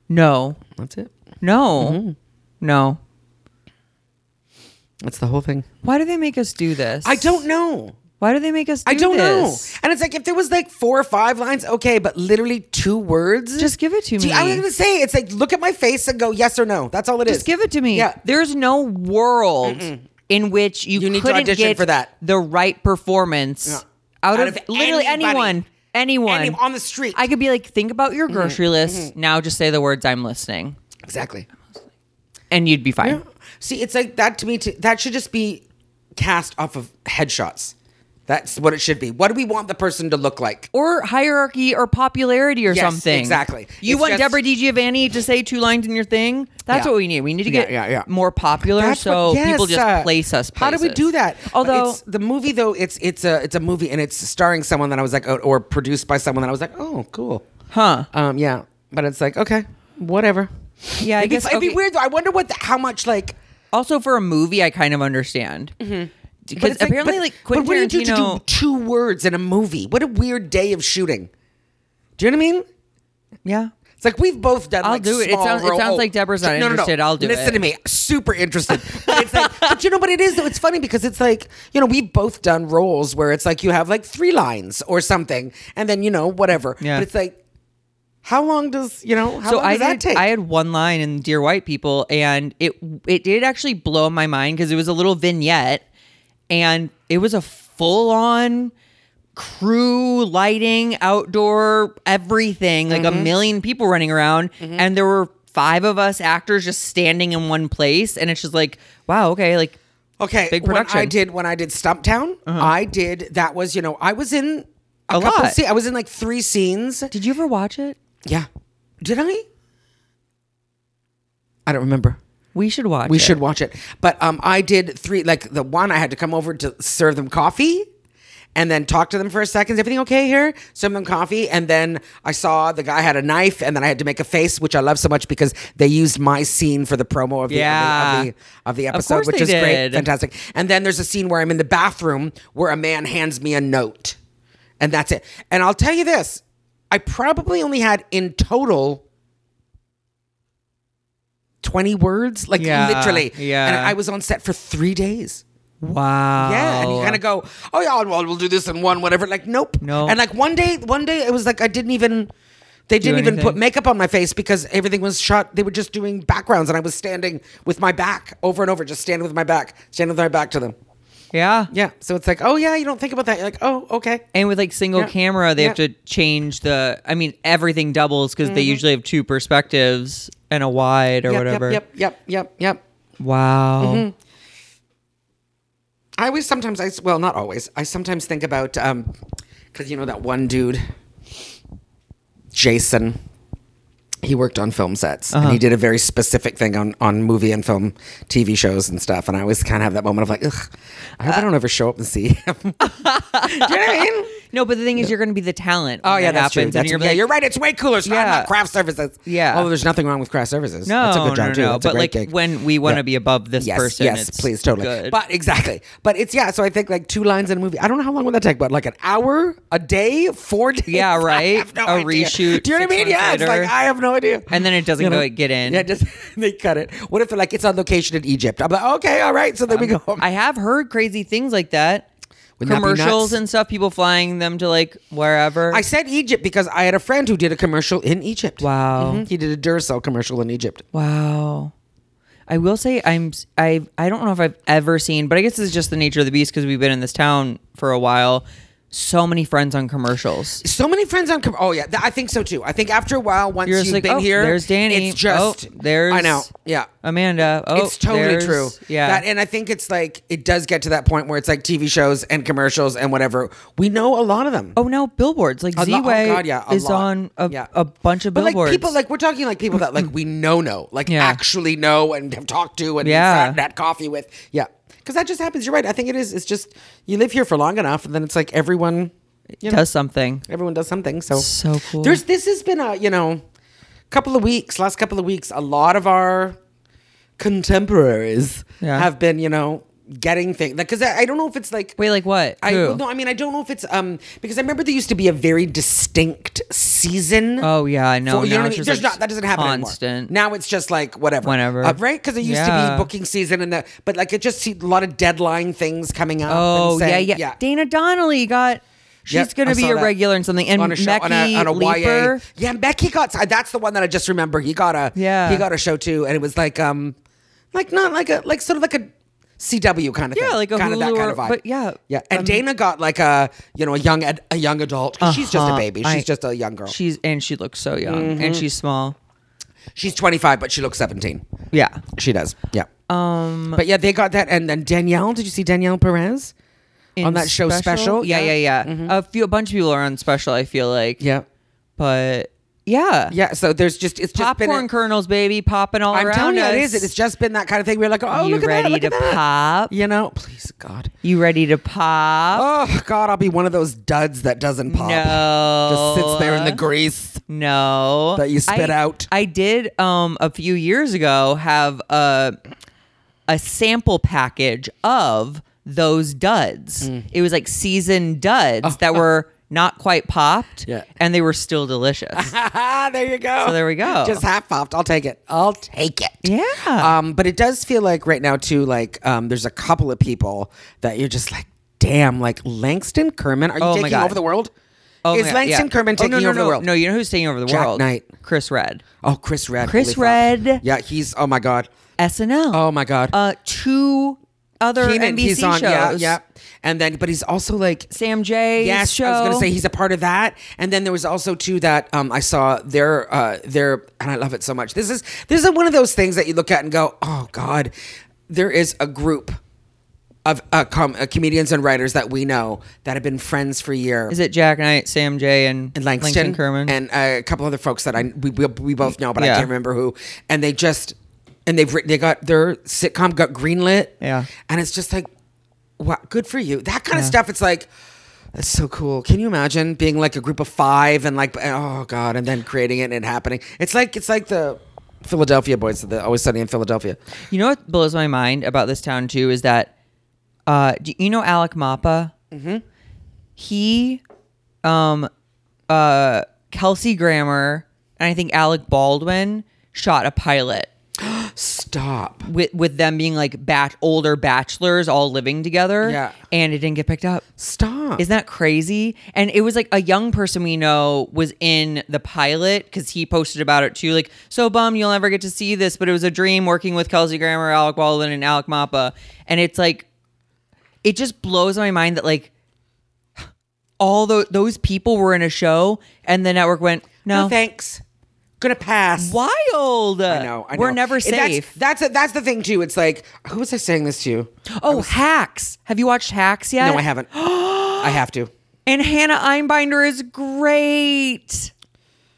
Speaker 1: No.
Speaker 2: That's it.
Speaker 1: No.
Speaker 2: Mm-hmm.
Speaker 1: No.
Speaker 2: That's the whole thing.
Speaker 1: Why do they make us do this?
Speaker 2: I don't know.
Speaker 1: Why do they make us? Do
Speaker 2: I don't
Speaker 1: this?
Speaker 2: know. And it's like if there was like four or five lines, okay, but literally two words.
Speaker 1: Just give it to
Speaker 2: Do
Speaker 1: me.
Speaker 2: you- I was gonna say it's like look at my face and go yes or no. That's all it is.
Speaker 1: Just give it to me.
Speaker 2: Yeah.
Speaker 1: There's no world in which you,
Speaker 2: You need to
Speaker 1: couldn't
Speaker 2: audition
Speaker 1: get
Speaker 2: for that.
Speaker 1: the right performance
Speaker 2: Yeah.
Speaker 1: out,
Speaker 2: Out
Speaker 1: of,
Speaker 2: of
Speaker 1: literally
Speaker 2: anybody.
Speaker 1: anyone. Anyone.
Speaker 2: Any- on the Mm-hmm. street.
Speaker 1: I could be like, think about your grocery list. Now just say the words I'm listening.
Speaker 2: exactly.
Speaker 1: And you'd be fine.
Speaker 2: See, it's like that to me. Too, that should just be cast off of headshots. That's what it should be. What do we want the person to look like?
Speaker 1: Or hierarchy or popularity or
Speaker 2: Yes,
Speaker 1: something.
Speaker 2: exactly.
Speaker 1: You
Speaker 2: It's
Speaker 1: want
Speaker 2: just-
Speaker 1: Deborah DiGiovanni to say two lines in your thing? That's
Speaker 2: Yeah.
Speaker 1: what we need. We need to
Speaker 2: Yeah,
Speaker 1: get
Speaker 2: yeah, yeah.
Speaker 1: more popular
Speaker 2: That's
Speaker 1: so
Speaker 2: what-
Speaker 1: people
Speaker 2: yes,
Speaker 1: just
Speaker 2: uh,
Speaker 1: place us
Speaker 2: How do we
Speaker 1: places.
Speaker 2: do that? But
Speaker 1: Although
Speaker 2: it's, the movie though, it's it's a it's a movie and it's starring someone that I was like, oh, or produced by someone that I was like, oh, cool.
Speaker 1: Huh.
Speaker 2: Um, yeah, but it's like okay, whatever.
Speaker 1: Yeah, I
Speaker 2: it'd, be
Speaker 1: guess-
Speaker 2: fu- it'd be
Speaker 1: okay.
Speaker 2: weird though. I wonder what the, how much like.
Speaker 1: Also, for a movie, I kind of understand because
Speaker 2: Mm-hmm. but it's
Speaker 1: apparently,
Speaker 2: but-
Speaker 1: like, Quentin
Speaker 2: but what do you do to
Speaker 1: Tarantino,
Speaker 2: do two words in a movie? What a weird day of shooting. Do you know what I mean?
Speaker 1: yeah,
Speaker 2: It's It's like we've both done.
Speaker 1: I'll
Speaker 2: like,
Speaker 1: do it. It
Speaker 2: small
Speaker 1: sounds- it
Speaker 2: role-
Speaker 1: sounds
Speaker 2: oh,
Speaker 1: like Deborah's not
Speaker 2: no,
Speaker 1: interested.
Speaker 2: No, no.
Speaker 1: I'll do
Speaker 2: Listen
Speaker 1: it.
Speaker 2: to me, super interested. But it's like, but you know, but it is though. It's funny because it's like you know we've both done roles where it's like you have like three lines or something, and then you know whatever.
Speaker 1: Yeah.
Speaker 2: But it's like, how long does you know? How
Speaker 1: so
Speaker 2: long
Speaker 1: I
Speaker 2: does that
Speaker 1: did,
Speaker 2: take?
Speaker 1: I had one line in Dear White People, and it it did actually blow my mind because it was a little vignette, and it was a full on crew lighting, outdoor everything, like
Speaker 2: Mm-hmm.
Speaker 1: a million people running around, and there were five of us actors just standing in one place, and it's just like, wow, okay, like
Speaker 2: Okay,
Speaker 1: Big
Speaker 2: When I
Speaker 1: production. Uh-huh.
Speaker 2: did when I did Stumptown, I did that was you know I was in a,
Speaker 1: A
Speaker 2: couple.
Speaker 1: lot.
Speaker 2: Sce- I was in like three scenes.
Speaker 1: did you ever watch it?
Speaker 2: Yeah, did I? I don't remember.
Speaker 1: We should watch.
Speaker 2: We
Speaker 1: it.
Speaker 2: should watch it. But um, I did three. Like the one I had to come over to serve them coffee, and then talk to them for a second. Is everything okay here? Serve them coffee, and then I saw the guy had a knife, and then I had to make a face, which I love so much because they used my scene for the promo of the
Speaker 1: Yeah.
Speaker 2: of the, of the, of the episode,
Speaker 1: course
Speaker 2: which
Speaker 1: they
Speaker 2: is great,
Speaker 1: did.
Speaker 2: fantastic. And then there's a scene where I'm in the bathroom where a man hands me a note, and that's it. And I'll tell you this. I probably only had in total 20 words like
Speaker 1: Yeah,
Speaker 2: literally
Speaker 1: yeah.
Speaker 2: and i was on set for three days
Speaker 1: Wow.
Speaker 2: yeah and you kind of go oh yeah well we'll do this in one whatever like nope
Speaker 1: No.
Speaker 2: and like one day one day it was like i didn't even they didn't even
Speaker 1: anything.
Speaker 2: put makeup on my face because everything was shot they were just doing backgrounds and i was standing with my back over and over just standing with my back standing with my back to them
Speaker 1: yeah.
Speaker 2: yeah so it's like oh yeah you don't think about that you're like oh okay
Speaker 1: And with like single
Speaker 2: Yeah.
Speaker 1: camera, they have
Speaker 2: Yeah. Mm-hmm.
Speaker 1: to change the. I mean, everything doubles because they usually have two perspectives and a wide or
Speaker 2: yep,
Speaker 1: whatever.
Speaker 2: yep Mm-hmm. yep yep yep yep
Speaker 1: Wow.
Speaker 2: I always sometimes I well not always I sometimes think about um because you know that one dude Jason he worked on film sets
Speaker 1: Uh-huh.
Speaker 2: and he did a very specific thing on on movie and film TV shows and stuff and I always kind of have that moment of like ugh I hope I don't ever show up and see him do you know what I mean
Speaker 1: No, but the thing is, you're going to be the talent.
Speaker 2: oh
Speaker 1: when
Speaker 2: yeah
Speaker 1: that
Speaker 2: that's true
Speaker 1: happens,
Speaker 2: that's,
Speaker 1: and you're
Speaker 2: yeah,
Speaker 1: like,
Speaker 2: you're right it's way cooler so I'm
Speaker 1: Yeah.
Speaker 2: not craft services
Speaker 1: Yeah.
Speaker 2: although there's nothing wrong with craft services
Speaker 1: No,
Speaker 2: that's a good job
Speaker 1: no,
Speaker 2: too
Speaker 1: no.
Speaker 2: that's
Speaker 1: but
Speaker 2: a great
Speaker 1: like
Speaker 2: gig.
Speaker 1: when we want to be above this
Speaker 2: Yes,
Speaker 1: person,
Speaker 2: yes,
Speaker 1: it's
Speaker 2: please, totally.
Speaker 1: good.
Speaker 2: But exactly, but it's yeah. So I think like two lines in a movie. I don't know how long would that take, but like an hour, a day, four days.
Speaker 1: Yeah,
Speaker 2: I
Speaker 1: right?
Speaker 2: have no
Speaker 1: A
Speaker 2: idea.
Speaker 1: reshoot
Speaker 2: Do you know what I
Speaker 1: six
Speaker 2: mean? Yeah,
Speaker 1: months
Speaker 2: it's like
Speaker 1: later.
Speaker 2: I have no idea.
Speaker 1: And then it doesn't
Speaker 2: You know?
Speaker 1: go- get in.
Speaker 2: Yeah, just they cut it. What if they're like it's on location in Egypt? I'm like, okay, all right. So then we go.
Speaker 1: I have heard crazy things like that.
Speaker 2: Wouldn't that be
Speaker 1: Commercials
Speaker 2: nuts?
Speaker 1: and stuff, people flying them to like wherever.
Speaker 2: I said Egypt because I had a friend who did a commercial in Egypt.
Speaker 1: Wow.
Speaker 2: Mhm. He did a Duracell commercial in Egypt.
Speaker 1: Wow. I will say I'm s- I I don't know if I've ever seen, but I guess it's just the nature of the beast because we've been in this town for a while. So many friends on commercials.
Speaker 2: So many friends on. Com- oh yeah, th- I think so too. I think after a while, once
Speaker 1: You're
Speaker 2: you've
Speaker 1: just like,
Speaker 2: been
Speaker 1: oh,
Speaker 2: here,
Speaker 1: there's Danny.
Speaker 2: It's just
Speaker 1: Oh, there's
Speaker 2: I know. Yeah.
Speaker 1: Amanda. Oh,
Speaker 2: it's totally
Speaker 1: there's-
Speaker 2: true.
Speaker 1: Yeah.
Speaker 2: That, and I think it's like, it does get to that point where it's like TV shows and commercials and whatever. We know a lot of them.
Speaker 1: oh no, billboards like
Speaker 2: A
Speaker 1: Z
Speaker 2: lo- oh,
Speaker 1: Way
Speaker 2: God, yeah, a
Speaker 1: is
Speaker 2: lot.
Speaker 1: on a,
Speaker 2: Yeah.
Speaker 1: a bunch of
Speaker 2: But like
Speaker 1: billboards.
Speaker 2: people, like we're talking like people that like we know, know, like
Speaker 1: Yeah.
Speaker 2: actually know and have talked to and
Speaker 1: Yeah.
Speaker 2: sat and had coffee with. Yeah. Cause that just happens. You're right. I think it is. It's just, you live here for long enough and then it's like everyone, you know,
Speaker 1: does something.
Speaker 2: everyone does something. So
Speaker 1: So cool.
Speaker 2: There's this has been a you know, couple of weeks, last couple of weeks, a lot of our contemporaries
Speaker 1: Yeah.
Speaker 2: have been you know getting things because I, I don't know if it's like
Speaker 1: Wait, like what?
Speaker 2: I
Speaker 1: Who?
Speaker 2: well, no, I mean I don't know if it's um because I remember there used to be a very distinct season.
Speaker 1: Oh, yeah, I know.
Speaker 2: for- you
Speaker 1: Now
Speaker 2: know what I
Speaker 1: it's
Speaker 2: mean?
Speaker 1: just,
Speaker 2: There's
Speaker 1: like,
Speaker 2: not that doesn't happen
Speaker 1: constant.
Speaker 2: anymore. Now it's just like whatever,
Speaker 1: Whenever.
Speaker 2: uh, right? Because it used to
Speaker 1: Yeah.
Speaker 2: be booking season and the but like it just see a lot of deadline things coming up.
Speaker 1: Oh
Speaker 2: and saying,
Speaker 1: yeah, yeah, Dana Donnelly got. She's
Speaker 2: Yep,
Speaker 1: gonna
Speaker 2: I
Speaker 1: be
Speaker 2: saw
Speaker 1: a
Speaker 2: that.
Speaker 1: regular in something, and
Speaker 2: on a show
Speaker 1: Becky
Speaker 2: on a, on a
Speaker 1: Leeper.
Speaker 2: YA. Yeah, Becky got. That's the one that I just remember. He got a
Speaker 1: Yeah.
Speaker 2: He got a show too, and it was like um, like not like a like sort of like a CW kind of
Speaker 1: Yeah,
Speaker 2: thing.
Speaker 1: like a
Speaker 2: kind of that
Speaker 1: Hulu
Speaker 2: kind
Speaker 1: or-
Speaker 2: of vibe.
Speaker 1: but yeah,
Speaker 2: yeah. And
Speaker 1: um,
Speaker 2: Dana got like a you know a young ad, a young adult. 'cause She's just a
Speaker 1: Uh-huh.
Speaker 2: baby. She's
Speaker 1: I-
Speaker 2: just a young girl. Mm-hmm.
Speaker 1: She's and she looks so young, and she's small.
Speaker 2: she's 25, but she looks 17.
Speaker 1: Yeah.
Speaker 2: She does. Yeah.
Speaker 1: Um.
Speaker 2: but yeah, they got that. And then Danielle, did you see Danielle Perez?
Speaker 1: in
Speaker 2: that show Special?
Speaker 1: Yeah,
Speaker 2: Yeah. Mm-hmm.
Speaker 1: yeah, yeah. A few, a bunch of people are on special. I feel like.
Speaker 2: Yeah.
Speaker 1: But yeah.
Speaker 2: Yeah. So there's just it's just been.
Speaker 1: Popcorn
Speaker 2: a-
Speaker 1: kernels, baby, popping all
Speaker 2: I'm
Speaker 1: around
Speaker 2: telling you,
Speaker 1: us.
Speaker 2: it is. It's just been that kind of thing. We're like, oh,
Speaker 1: you
Speaker 2: look at
Speaker 1: ready
Speaker 2: that, look
Speaker 1: to
Speaker 2: at that.
Speaker 1: pop?
Speaker 2: You know, please, God.
Speaker 1: You ready to pop?
Speaker 2: Oh God, I'll be one of those duds that doesn't Oh, pop.
Speaker 1: No.
Speaker 2: Just sits there in the grease.
Speaker 1: No.
Speaker 2: That you spit
Speaker 1: I-
Speaker 2: out.
Speaker 1: I did um a few years ago have a a sample
Speaker 2: Mm.
Speaker 1: package of those duds. It was like seasoned duds that were not quite popped,
Speaker 2: Yeah.
Speaker 1: and they were still delicious.
Speaker 2: there you go.
Speaker 1: So there we go.
Speaker 2: Just half popped. I'll take it. I'll take it.
Speaker 1: Yeah.
Speaker 2: Um, but it does feel like right now too, like um, there's a couple of people that you're just like, damn, like Langston Kerman. Are you
Speaker 1: Oh my
Speaker 2: taking
Speaker 1: God.
Speaker 2: over the world?
Speaker 1: Oh my
Speaker 2: Is
Speaker 1: God,
Speaker 2: Langston
Speaker 1: yeah.
Speaker 2: Kerman
Speaker 1: Oh, no,
Speaker 2: taking
Speaker 1: no,
Speaker 2: over
Speaker 1: no,
Speaker 2: the world?
Speaker 1: No, you know who's taking over the
Speaker 2: Jack
Speaker 1: world?
Speaker 2: Knight.
Speaker 1: Chris Red,
Speaker 2: Oh, Chris Red.
Speaker 1: Chris
Speaker 2: Holy fuck.
Speaker 1: Red.
Speaker 2: Yeah, he's. Oh my god.
Speaker 1: SNL.
Speaker 2: Oh my god.
Speaker 1: uh, two other
Speaker 2: Keenan,
Speaker 1: NBC
Speaker 2: he's on.
Speaker 1: shows.
Speaker 2: Yeah, yeah. And then, but he's also like
Speaker 1: Sam J.
Speaker 2: Yes,
Speaker 1: show.
Speaker 2: I was gonna say he's a part of that. And then there was also too that um, I saw their uh, their and I love it so much. This is this is one of those things that you look at and go, oh God, there is a group of uh, com- uh, comedians and writers that we know that have been friends for years.
Speaker 1: Is it Jack Knight, Sam J, and,
Speaker 2: And Langston,
Speaker 1: Kerman?
Speaker 2: and uh, a couple other folks that I we, we, we both know, but I
Speaker 1: Yeah.
Speaker 2: can't remember who. And they just and they've written they got their sitcom got greenlit.
Speaker 1: Yeah.
Speaker 2: and it's just like, wow, good for you. That kind of stuff. It's like. That's so cool. Can you imagine being like a group of five and like oh god, and then creating it and it happening? It's like it's like the Philadelphia boys, the always sunny in Philadelphia.
Speaker 1: you know what blows my mind about this town too is that, uh, do you know Alec Mappa? Mm-hmm. He, um, uh, Kelsey Grammer, and I think Alec Baldwin shot a pilot
Speaker 2: Stop.
Speaker 1: with with them being like bat older bachelors all living together.
Speaker 2: Yeah.
Speaker 1: and it didn't get picked up.
Speaker 2: Stop.
Speaker 1: Isn't that crazy? And it was like a young person we know was in the pilot because he posted about it too. Like, so bummed you'll never get to see this, but it was a dream working with Kelsey Grammer, Alec Baldwin, and Alec Mappa. And it's like, it just blows my mind that like all tho- those people were in a show and the network went, no,
Speaker 2: no thanks. Gonna pass.
Speaker 1: wild.
Speaker 2: I know. I
Speaker 1: We're
Speaker 2: know.
Speaker 1: never
Speaker 2: And that's-
Speaker 1: safe.
Speaker 2: That's that's, the thing too. It's like who was I saying this to?
Speaker 1: oh, Hacks. Have you watched Hacks yet?
Speaker 2: No, I haven't. I have to.
Speaker 1: And Hannah Einbinder is great.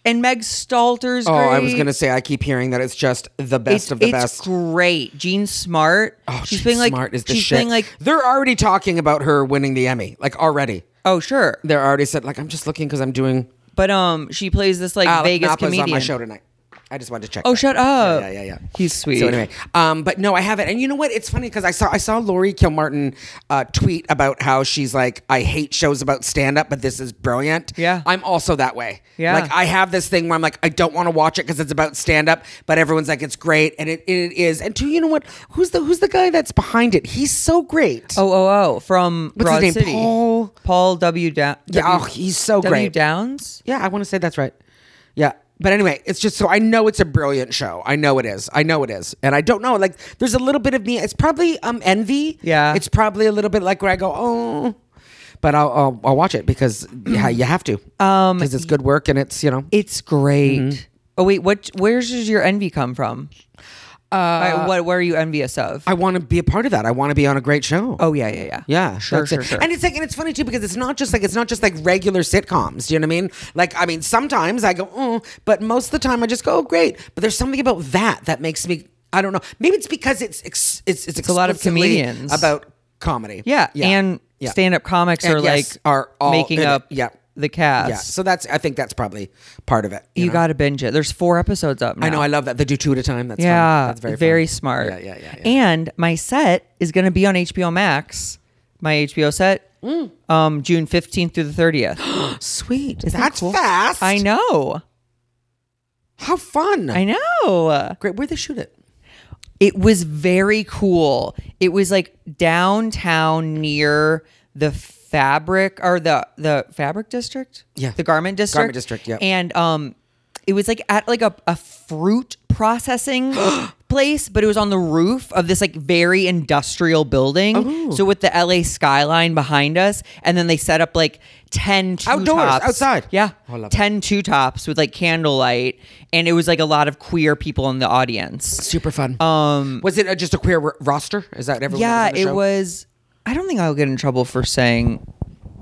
Speaker 1: And Meg Stalter's
Speaker 2: Oh,
Speaker 1: great.
Speaker 2: I was gonna say I keep hearing that it's just the best
Speaker 1: it's,
Speaker 2: of the
Speaker 1: it's
Speaker 2: best.
Speaker 1: great. Jean Smart.
Speaker 2: Oh,
Speaker 1: she's
Speaker 2: Jean
Speaker 1: being like
Speaker 2: smart is the
Speaker 1: she's
Speaker 2: shit.
Speaker 1: being like
Speaker 2: they're already talking about her winning the Emmy, like already.
Speaker 1: oh sure,
Speaker 2: They're already said like I'm just looking because I'm doing
Speaker 1: but um she plays this like
Speaker 2: Alec
Speaker 1: Vegas
Speaker 2: Knopf is
Speaker 1: comedian.
Speaker 2: Ah, on my show tonight. I just wanted to check.
Speaker 1: Oh
Speaker 2: that.
Speaker 1: shut up.
Speaker 2: Yeah, yeah, yeah.
Speaker 1: He's sweet.
Speaker 2: So anyway, um, but no, I haven't. And you know what? It's funny because I saw I saw Lori Kilmartin uh, tweet about how she's like, I hate shows about stand up, but this is brilliant.
Speaker 1: Yeah.
Speaker 2: I'm also that way.
Speaker 1: Yeah.
Speaker 2: like I have this thing where I'm like, I don't want to watch it because it's about stand up, but everyone's like, it's great, and it, it is. And two, you know what? Who's the who's the guy that's behind it? He's so great.
Speaker 1: Oh oh oh from
Speaker 2: What's
Speaker 1: Broad
Speaker 2: his name?
Speaker 1: City.
Speaker 2: Paul-
Speaker 1: Paul W. Down.
Speaker 2: yeah, oh, he's so
Speaker 1: W.
Speaker 2: great.
Speaker 1: Downs.
Speaker 2: Yeah, I want to say that's right. Yeah. But anyway, it's just so I know it's a brilliant show. I know it is. I know it is. And I don't know. Like there's a little bit of me. It's probably um envy.
Speaker 1: Yeah.
Speaker 2: It's probably a little bit like where I go, oh, but I'll I'll, I'll watch it because yeah, you have to. Um, because it's good work and it's you know.
Speaker 1: It's great.
Speaker 2: Mm-hmm.
Speaker 1: Oh wait, what? Where does your envy come from? Uh, what? What are you envious of?
Speaker 2: I want to be a part of that. I want to be on a great show.
Speaker 1: oh yeah, yeah, yeah.
Speaker 2: Yeah,
Speaker 1: sure,
Speaker 2: that's
Speaker 1: sure,
Speaker 2: it.
Speaker 1: sure.
Speaker 2: And it's like, and it's funny too because it's not just like it's not just like regular sitcoms. Do you know what I mean? Like, I mean, sometimes I go, oh, but most of the time I just go, oh, great. But there's something about that that makes me, I don't know. Maybe it's because it's ex- it's it's,
Speaker 1: a lot of
Speaker 2: explicitly
Speaker 1: comedians.
Speaker 2: about comedy.
Speaker 1: Yeah, and
Speaker 2: Yeah.
Speaker 1: stand-up comics
Speaker 2: And
Speaker 1: are
Speaker 2: yes,
Speaker 1: like
Speaker 2: are all
Speaker 1: making
Speaker 2: in it.
Speaker 1: up
Speaker 2: Yeah.
Speaker 1: the
Speaker 2: yeah.
Speaker 1: cast.
Speaker 2: So that's I think that's probably part of it.
Speaker 1: you
Speaker 2: know?
Speaker 1: got to binge it. There's four episodes up now.
Speaker 2: I know I love that they do two at a time. That's fun.
Speaker 1: yeah,
Speaker 2: That's very fun.
Speaker 1: smart.
Speaker 2: Yeah, yeah, yeah, yeah.
Speaker 1: And my set is going to be on HBO Max. My HBO set,
Speaker 2: Mm.
Speaker 1: um, June 15th through the 30th.
Speaker 2: Sweet.
Speaker 1: Isn't that
Speaker 2: that's
Speaker 1: cool?
Speaker 2: fast.
Speaker 1: I know.
Speaker 2: How fun.
Speaker 1: I know.
Speaker 2: great. Where they shoot it?
Speaker 1: It was very cool. It was like downtown near the fabric or the the fabric district.
Speaker 2: Yeah.
Speaker 1: the garment district.
Speaker 2: Garment district, yeah.
Speaker 1: and um, it was like at like a, a fruit processing place, but it was on the roof of this like very industrial building.
Speaker 2: Oh.
Speaker 1: So with the LA skyline behind us, and then they set up like ten two
Speaker 2: Outdoors,
Speaker 1: tops
Speaker 2: outside.
Speaker 1: Yeah,
Speaker 2: Oh, I love it.
Speaker 1: ten two tops with like candlelight, and it was like a lot of queer people in the audience.
Speaker 2: Super fun. Um, was it uh, just a queer r- roster? Is that everyone?
Speaker 1: Yeah,
Speaker 2: that was on the
Speaker 1: it
Speaker 2: show?
Speaker 1: was. I don't think I'll get in trouble for saying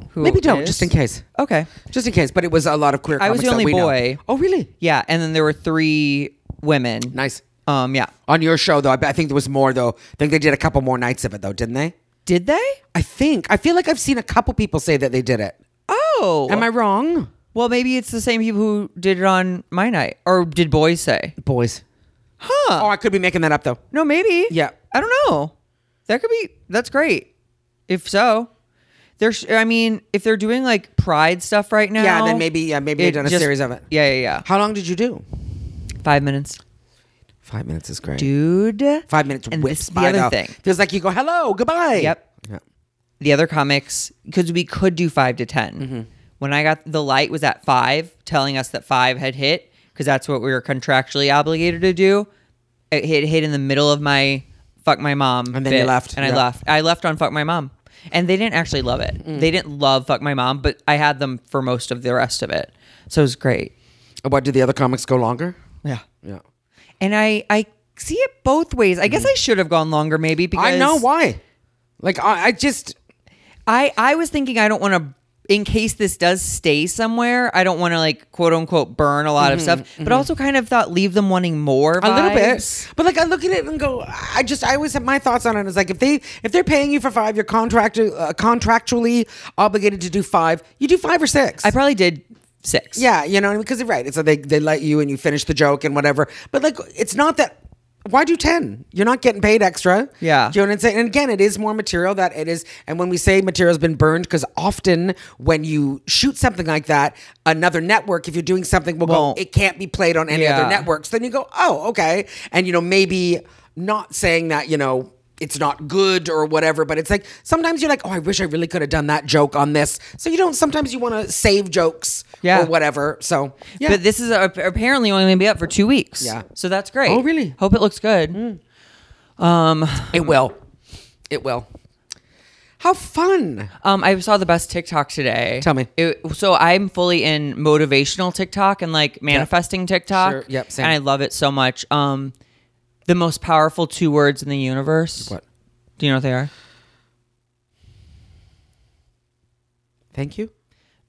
Speaker 1: who.
Speaker 2: Maybe
Speaker 1: it
Speaker 2: don't,
Speaker 1: is.
Speaker 2: just in case.
Speaker 1: Okay.
Speaker 2: Just in case, but it was a lot of queer.
Speaker 1: I was
Speaker 2: comics
Speaker 1: the
Speaker 2: that
Speaker 1: only
Speaker 2: we know.
Speaker 1: boy.
Speaker 2: Oh, really?
Speaker 1: Yeah, and then there were three women.
Speaker 2: Nice.
Speaker 1: Um. Yeah.
Speaker 2: On your show, though, I, bet- I think there was more. Though, I think they did a couple more nights of it, though, didn't they?
Speaker 1: Did they?
Speaker 2: I think. I feel like I've seen a couple people say that they did it.
Speaker 1: Oh.
Speaker 2: Am I wrong?
Speaker 1: Well, maybe it's the same people who did it on my night, or did boys say?
Speaker 2: Boys. Huh?
Speaker 1: Uh.
Speaker 2: Oh, I could be making that up though.
Speaker 1: No, maybe.
Speaker 2: Yeah.
Speaker 1: I don't know. That could be. That's great. If so, There's, I mean, if they're doing like Pride stuff right now,
Speaker 2: Yeah, then maybe yeah, maybe you've done a
Speaker 1: just-
Speaker 2: series of it.
Speaker 1: Yeah, yeah,
Speaker 2: How long did you do?
Speaker 1: yeah. Five minutes,
Speaker 2: Five minutes is great.
Speaker 1: dude.
Speaker 2: Five minutes
Speaker 1: And
Speaker 2: whips
Speaker 1: this is the
Speaker 2: by
Speaker 1: other
Speaker 2: though.
Speaker 1: thing.
Speaker 2: Feels like you go, hello, goodbye.
Speaker 1: Yep.
Speaker 2: Yeah.
Speaker 1: the other comics because we could do five to 10
Speaker 2: Mm-hmm.
Speaker 1: When I got the light was at five, telling us that five had hit because that's what we were contractually obligated to do. It hit, hit in the middle of my fuck my mom,
Speaker 2: And then you
Speaker 1: bit,
Speaker 2: left.
Speaker 1: and
Speaker 2: Yeah.
Speaker 1: I left. I left on fuck my mom, and they didn't actually love it.
Speaker 2: Mm.
Speaker 1: They didn't love fuck my mom, but I had them for most of the rest of it, so it was great.
Speaker 2: What, do the other comics go longer?
Speaker 1: Yeah,
Speaker 2: Yeah.
Speaker 1: and I I see it both ways. I guess I should have gone longer, maybe because
Speaker 2: Mm-hmm. I know why. Like, I, I just,
Speaker 1: I I was thinking I don't want to in case this does stay somewhere. I don't want to like quote unquote burn a lot of stuff, but also kind of thought leave them wanting more.
Speaker 2: Mm-hmm, a little
Speaker 1: vibes.
Speaker 2: bit but like i look at it and go i just i always have my thoughts on it is like if they if they're paying you for five you're contract uh, contractually obligated to do five you do five or six
Speaker 1: I probably did six.
Speaker 2: yeah you know because you're right it's like they, they let you and you finish the joke and whatever but like it's not that why do 10 you're not getting paid extra
Speaker 1: Yeah.
Speaker 2: do you know what i'm saying and again it is more material that it is and when we say material's been burned because often when you shoot something like that another network if you're doing something will
Speaker 1: Won't.
Speaker 2: go it can't be played on any other
Speaker 1: Yeah.
Speaker 2: network works, then you go, oh, okay. And, you know, maybe not saying that, you know, it's not good or whatever, but it's like sometimes you're like, oh, I wish I really could have done that joke on this. So you don't, sometimes you want to save jokes
Speaker 1: Yeah.
Speaker 2: or whatever. So, yeah.
Speaker 1: But this is uh, apparently only going to be up for two weeks.
Speaker 2: Yeah.
Speaker 1: So that's great.
Speaker 2: Oh, really? Mm.
Speaker 1: Hope it looks good. Um,
Speaker 2: it will. It will. How fun.
Speaker 1: Um, I saw the best TikTok today.
Speaker 2: Tell me.
Speaker 1: It, so I'm fully in motivational TikTok and like manifesting TikTok.
Speaker 2: Sure. Yep, same.
Speaker 1: And I love it so much. Um, the most powerful two words in the universe.
Speaker 2: What?
Speaker 1: Do you know what they are?
Speaker 2: Thank you.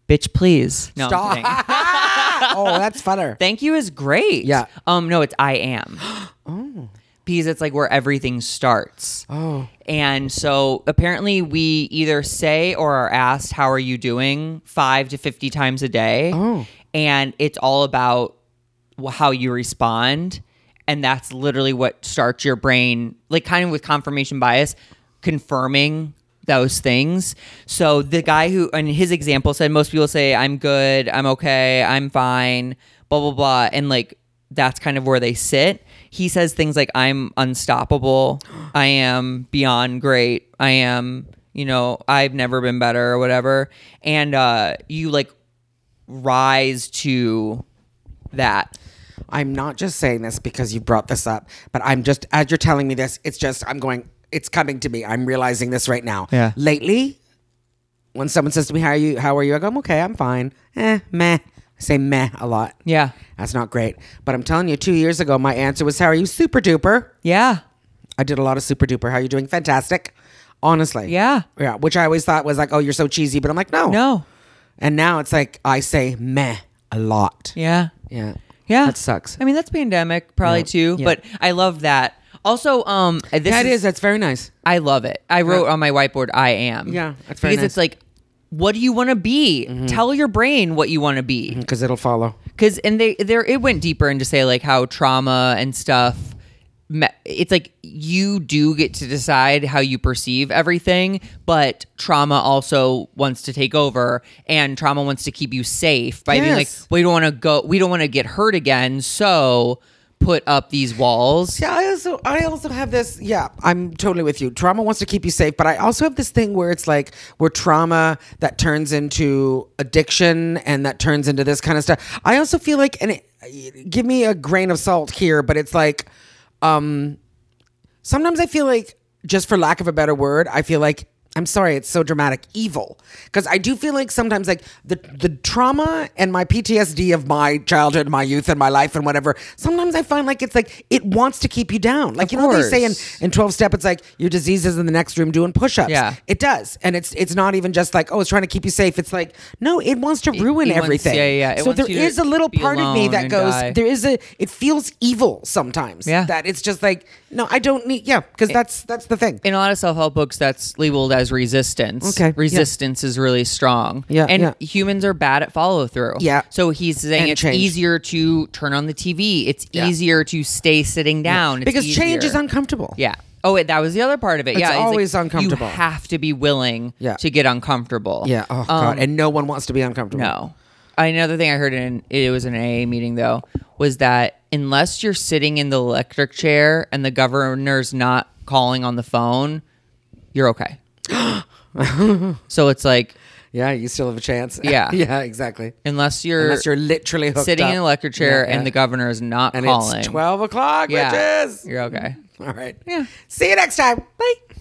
Speaker 1: Bitch, please. No, I'm
Speaker 2: Stop.
Speaker 1: kidding.
Speaker 2: oh, that's funner.
Speaker 1: Thank you is great.
Speaker 2: Yeah.
Speaker 1: Um, no, it's I am. oh. Because it's like where everything starts.
Speaker 2: Oh.
Speaker 1: And so apparently we either say or are asked, How are you doing? five to 50 times a day.
Speaker 2: Oh.
Speaker 1: And it's all about wh- how you respond. And that's literally what starts your brain, like kind of with confirmation bias, confirming those things. So the guy who, and his example said, most people say, I'm good, I'm okay, I'm fine, blah, blah, blah. And like, that's kind of where they sit. He says things like, I'm unstoppable, I am beyond great, I am, you know, I've never been better or whatever. And uh, you like rise to that.
Speaker 2: I'm not just saying this because you brought this up, but I'm just as you're telling me this, it's just I'm going it's coming to me. I'm realizing this right now.
Speaker 1: Yeah.
Speaker 2: Lately, when someone says to me, How are you how are you? I go, I'm okay, I'm fine. Eh, meh. I say meh a lot.
Speaker 1: Yeah.
Speaker 2: That's not great. But I'm telling you, two years ago my answer was, How are you? Super duper.
Speaker 1: Yeah.
Speaker 2: I did a lot of super duper. How are you doing? Fantastic. Honestly.
Speaker 1: Yeah.
Speaker 2: Yeah. Which I always thought was like, Oh, you're so cheesy, but I'm like, No.
Speaker 1: No.
Speaker 2: And now it's like I say meh a lot.
Speaker 1: Yeah.
Speaker 2: Yeah.
Speaker 1: Yeah.
Speaker 2: That sucks.
Speaker 1: I mean, that's pandemic probably too,
Speaker 2: Yeah.
Speaker 1: but I love that. Also, um, this
Speaker 2: That
Speaker 1: is-
Speaker 2: is, that's very nice.
Speaker 1: I love it. I wrote on my whiteboard, I am.
Speaker 2: Yeah, that's very Mm-hmm.
Speaker 1: because it's like, what do you want to be? Tell your brain what you want to be.
Speaker 2: Because Mm, it'll follow.
Speaker 1: because and they there it went deeper into say like how trauma and stuff me- it's like you do get to decide how you perceive everything but trauma also wants to take over and trauma wants to keep you safe by being like
Speaker 2: Yes.
Speaker 1: we don't want to go we don't want to get hurt again so put up these walls
Speaker 2: Yeah, I also I also have this. Yeah, I'm totally with you. Trauma wants to keep you safe, but I also have this thing where it's like where trauma that turns into addiction and that turns into this kind of stuff. I also feel like and it, give me a grain of salt here, but it's like um sometimes I feel like just for lack of a better word, I feel like I'm sorry, it's so dramatic, evil. Because I do feel like sometimes like the the trauma and my PTSD of my childhood, my youth, and my life and whatever, sometimes I find like it's like it wants to keep you down. Like
Speaker 1: Of
Speaker 2: you know what they say in,
Speaker 1: course.
Speaker 2: in 12 step, it's like your disease is in the next room doing push-ups.
Speaker 1: Yeah.
Speaker 2: It does. And it's it's not even just like, oh, it's trying to keep you safe. It's like, no, it wants to ruin
Speaker 1: wants-
Speaker 2: everything.
Speaker 1: yeah, yeah, it
Speaker 2: So
Speaker 1: wants
Speaker 2: there
Speaker 1: you to
Speaker 2: is a little
Speaker 1: be
Speaker 2: part of me
Speaker 1: alone
Speaker 2: that
Speaker 1: and
Speaker 2: goes,
Speaker 1: die.
Speaker 2: there is a it feels evil sometimes.
Speaker 1: Yeah.
Speaker 2: That it's just like no i don't need yeah because that's that's the thing
Speaker 1: in a lot of self-help books that's labeled as resistance
Speaker 2: Okay, yeah.
Speaker 1: resistance is really strong
Speaker 2: Yeah,
Speaker 1: and
Speaker 2: yeah.
Speaker 1: humans are bad at follow-through
Speaker 2: Yeah.
Speaker 1: so he's saying
Speaker 2: And
Speaker 1: it's
Speaker 2: change.
Speaker 1: easier to turn on the tv it's
Speaker 2: Yeah.
Speaker 1: easier to stay sitting down It's
Speaker 2: because change
Speaker 1: easier.
Speaker 2: is uncomfortable
Speaker 1: yeah Oh, wait, that was the other part of it.
Speaker 2: It's
Speaker 1: yeah, like,
Speaker 2: always uncomfortable.
Speaker 1: You have to be willing
Speaker 2: Yeah.
Speaker 1: to get uncomfortable.
Speaker 2: Yeah. Oh
Speaker 1: Um,
Speaker 2: God. And no one wants to be uncomfortable.
Speaker 1: No. Another thing I heard in it was an AA meeting though was that unless you're sitting in the electric chair and the governor's not calling on the phone, you're okay. so it's like
Speaker 2: Yeah, you still have a chance.
Speaker 1: Yeah.
Speaker 2: yeah, exactly.
Speaker 1: unless you're,
Speaker 2: Unless you're literally hooked
Speaker 1: sitting
Speaker 2: up.
Speaker 1: in an electric chair
Speaker 2: Yeah, yeah.
Speaker 1: and the governor is not
Speaker 2: and
Speaker 1: calling,
Speaker 2: it's twelve o'clock,
Speaker 1: yeah,
Speaker 2: bitches.
Speaker 1: you're okay.
Speaker 2: All right.
Speaker 1: Yeah.
Speaker 2: See you next time. Bye.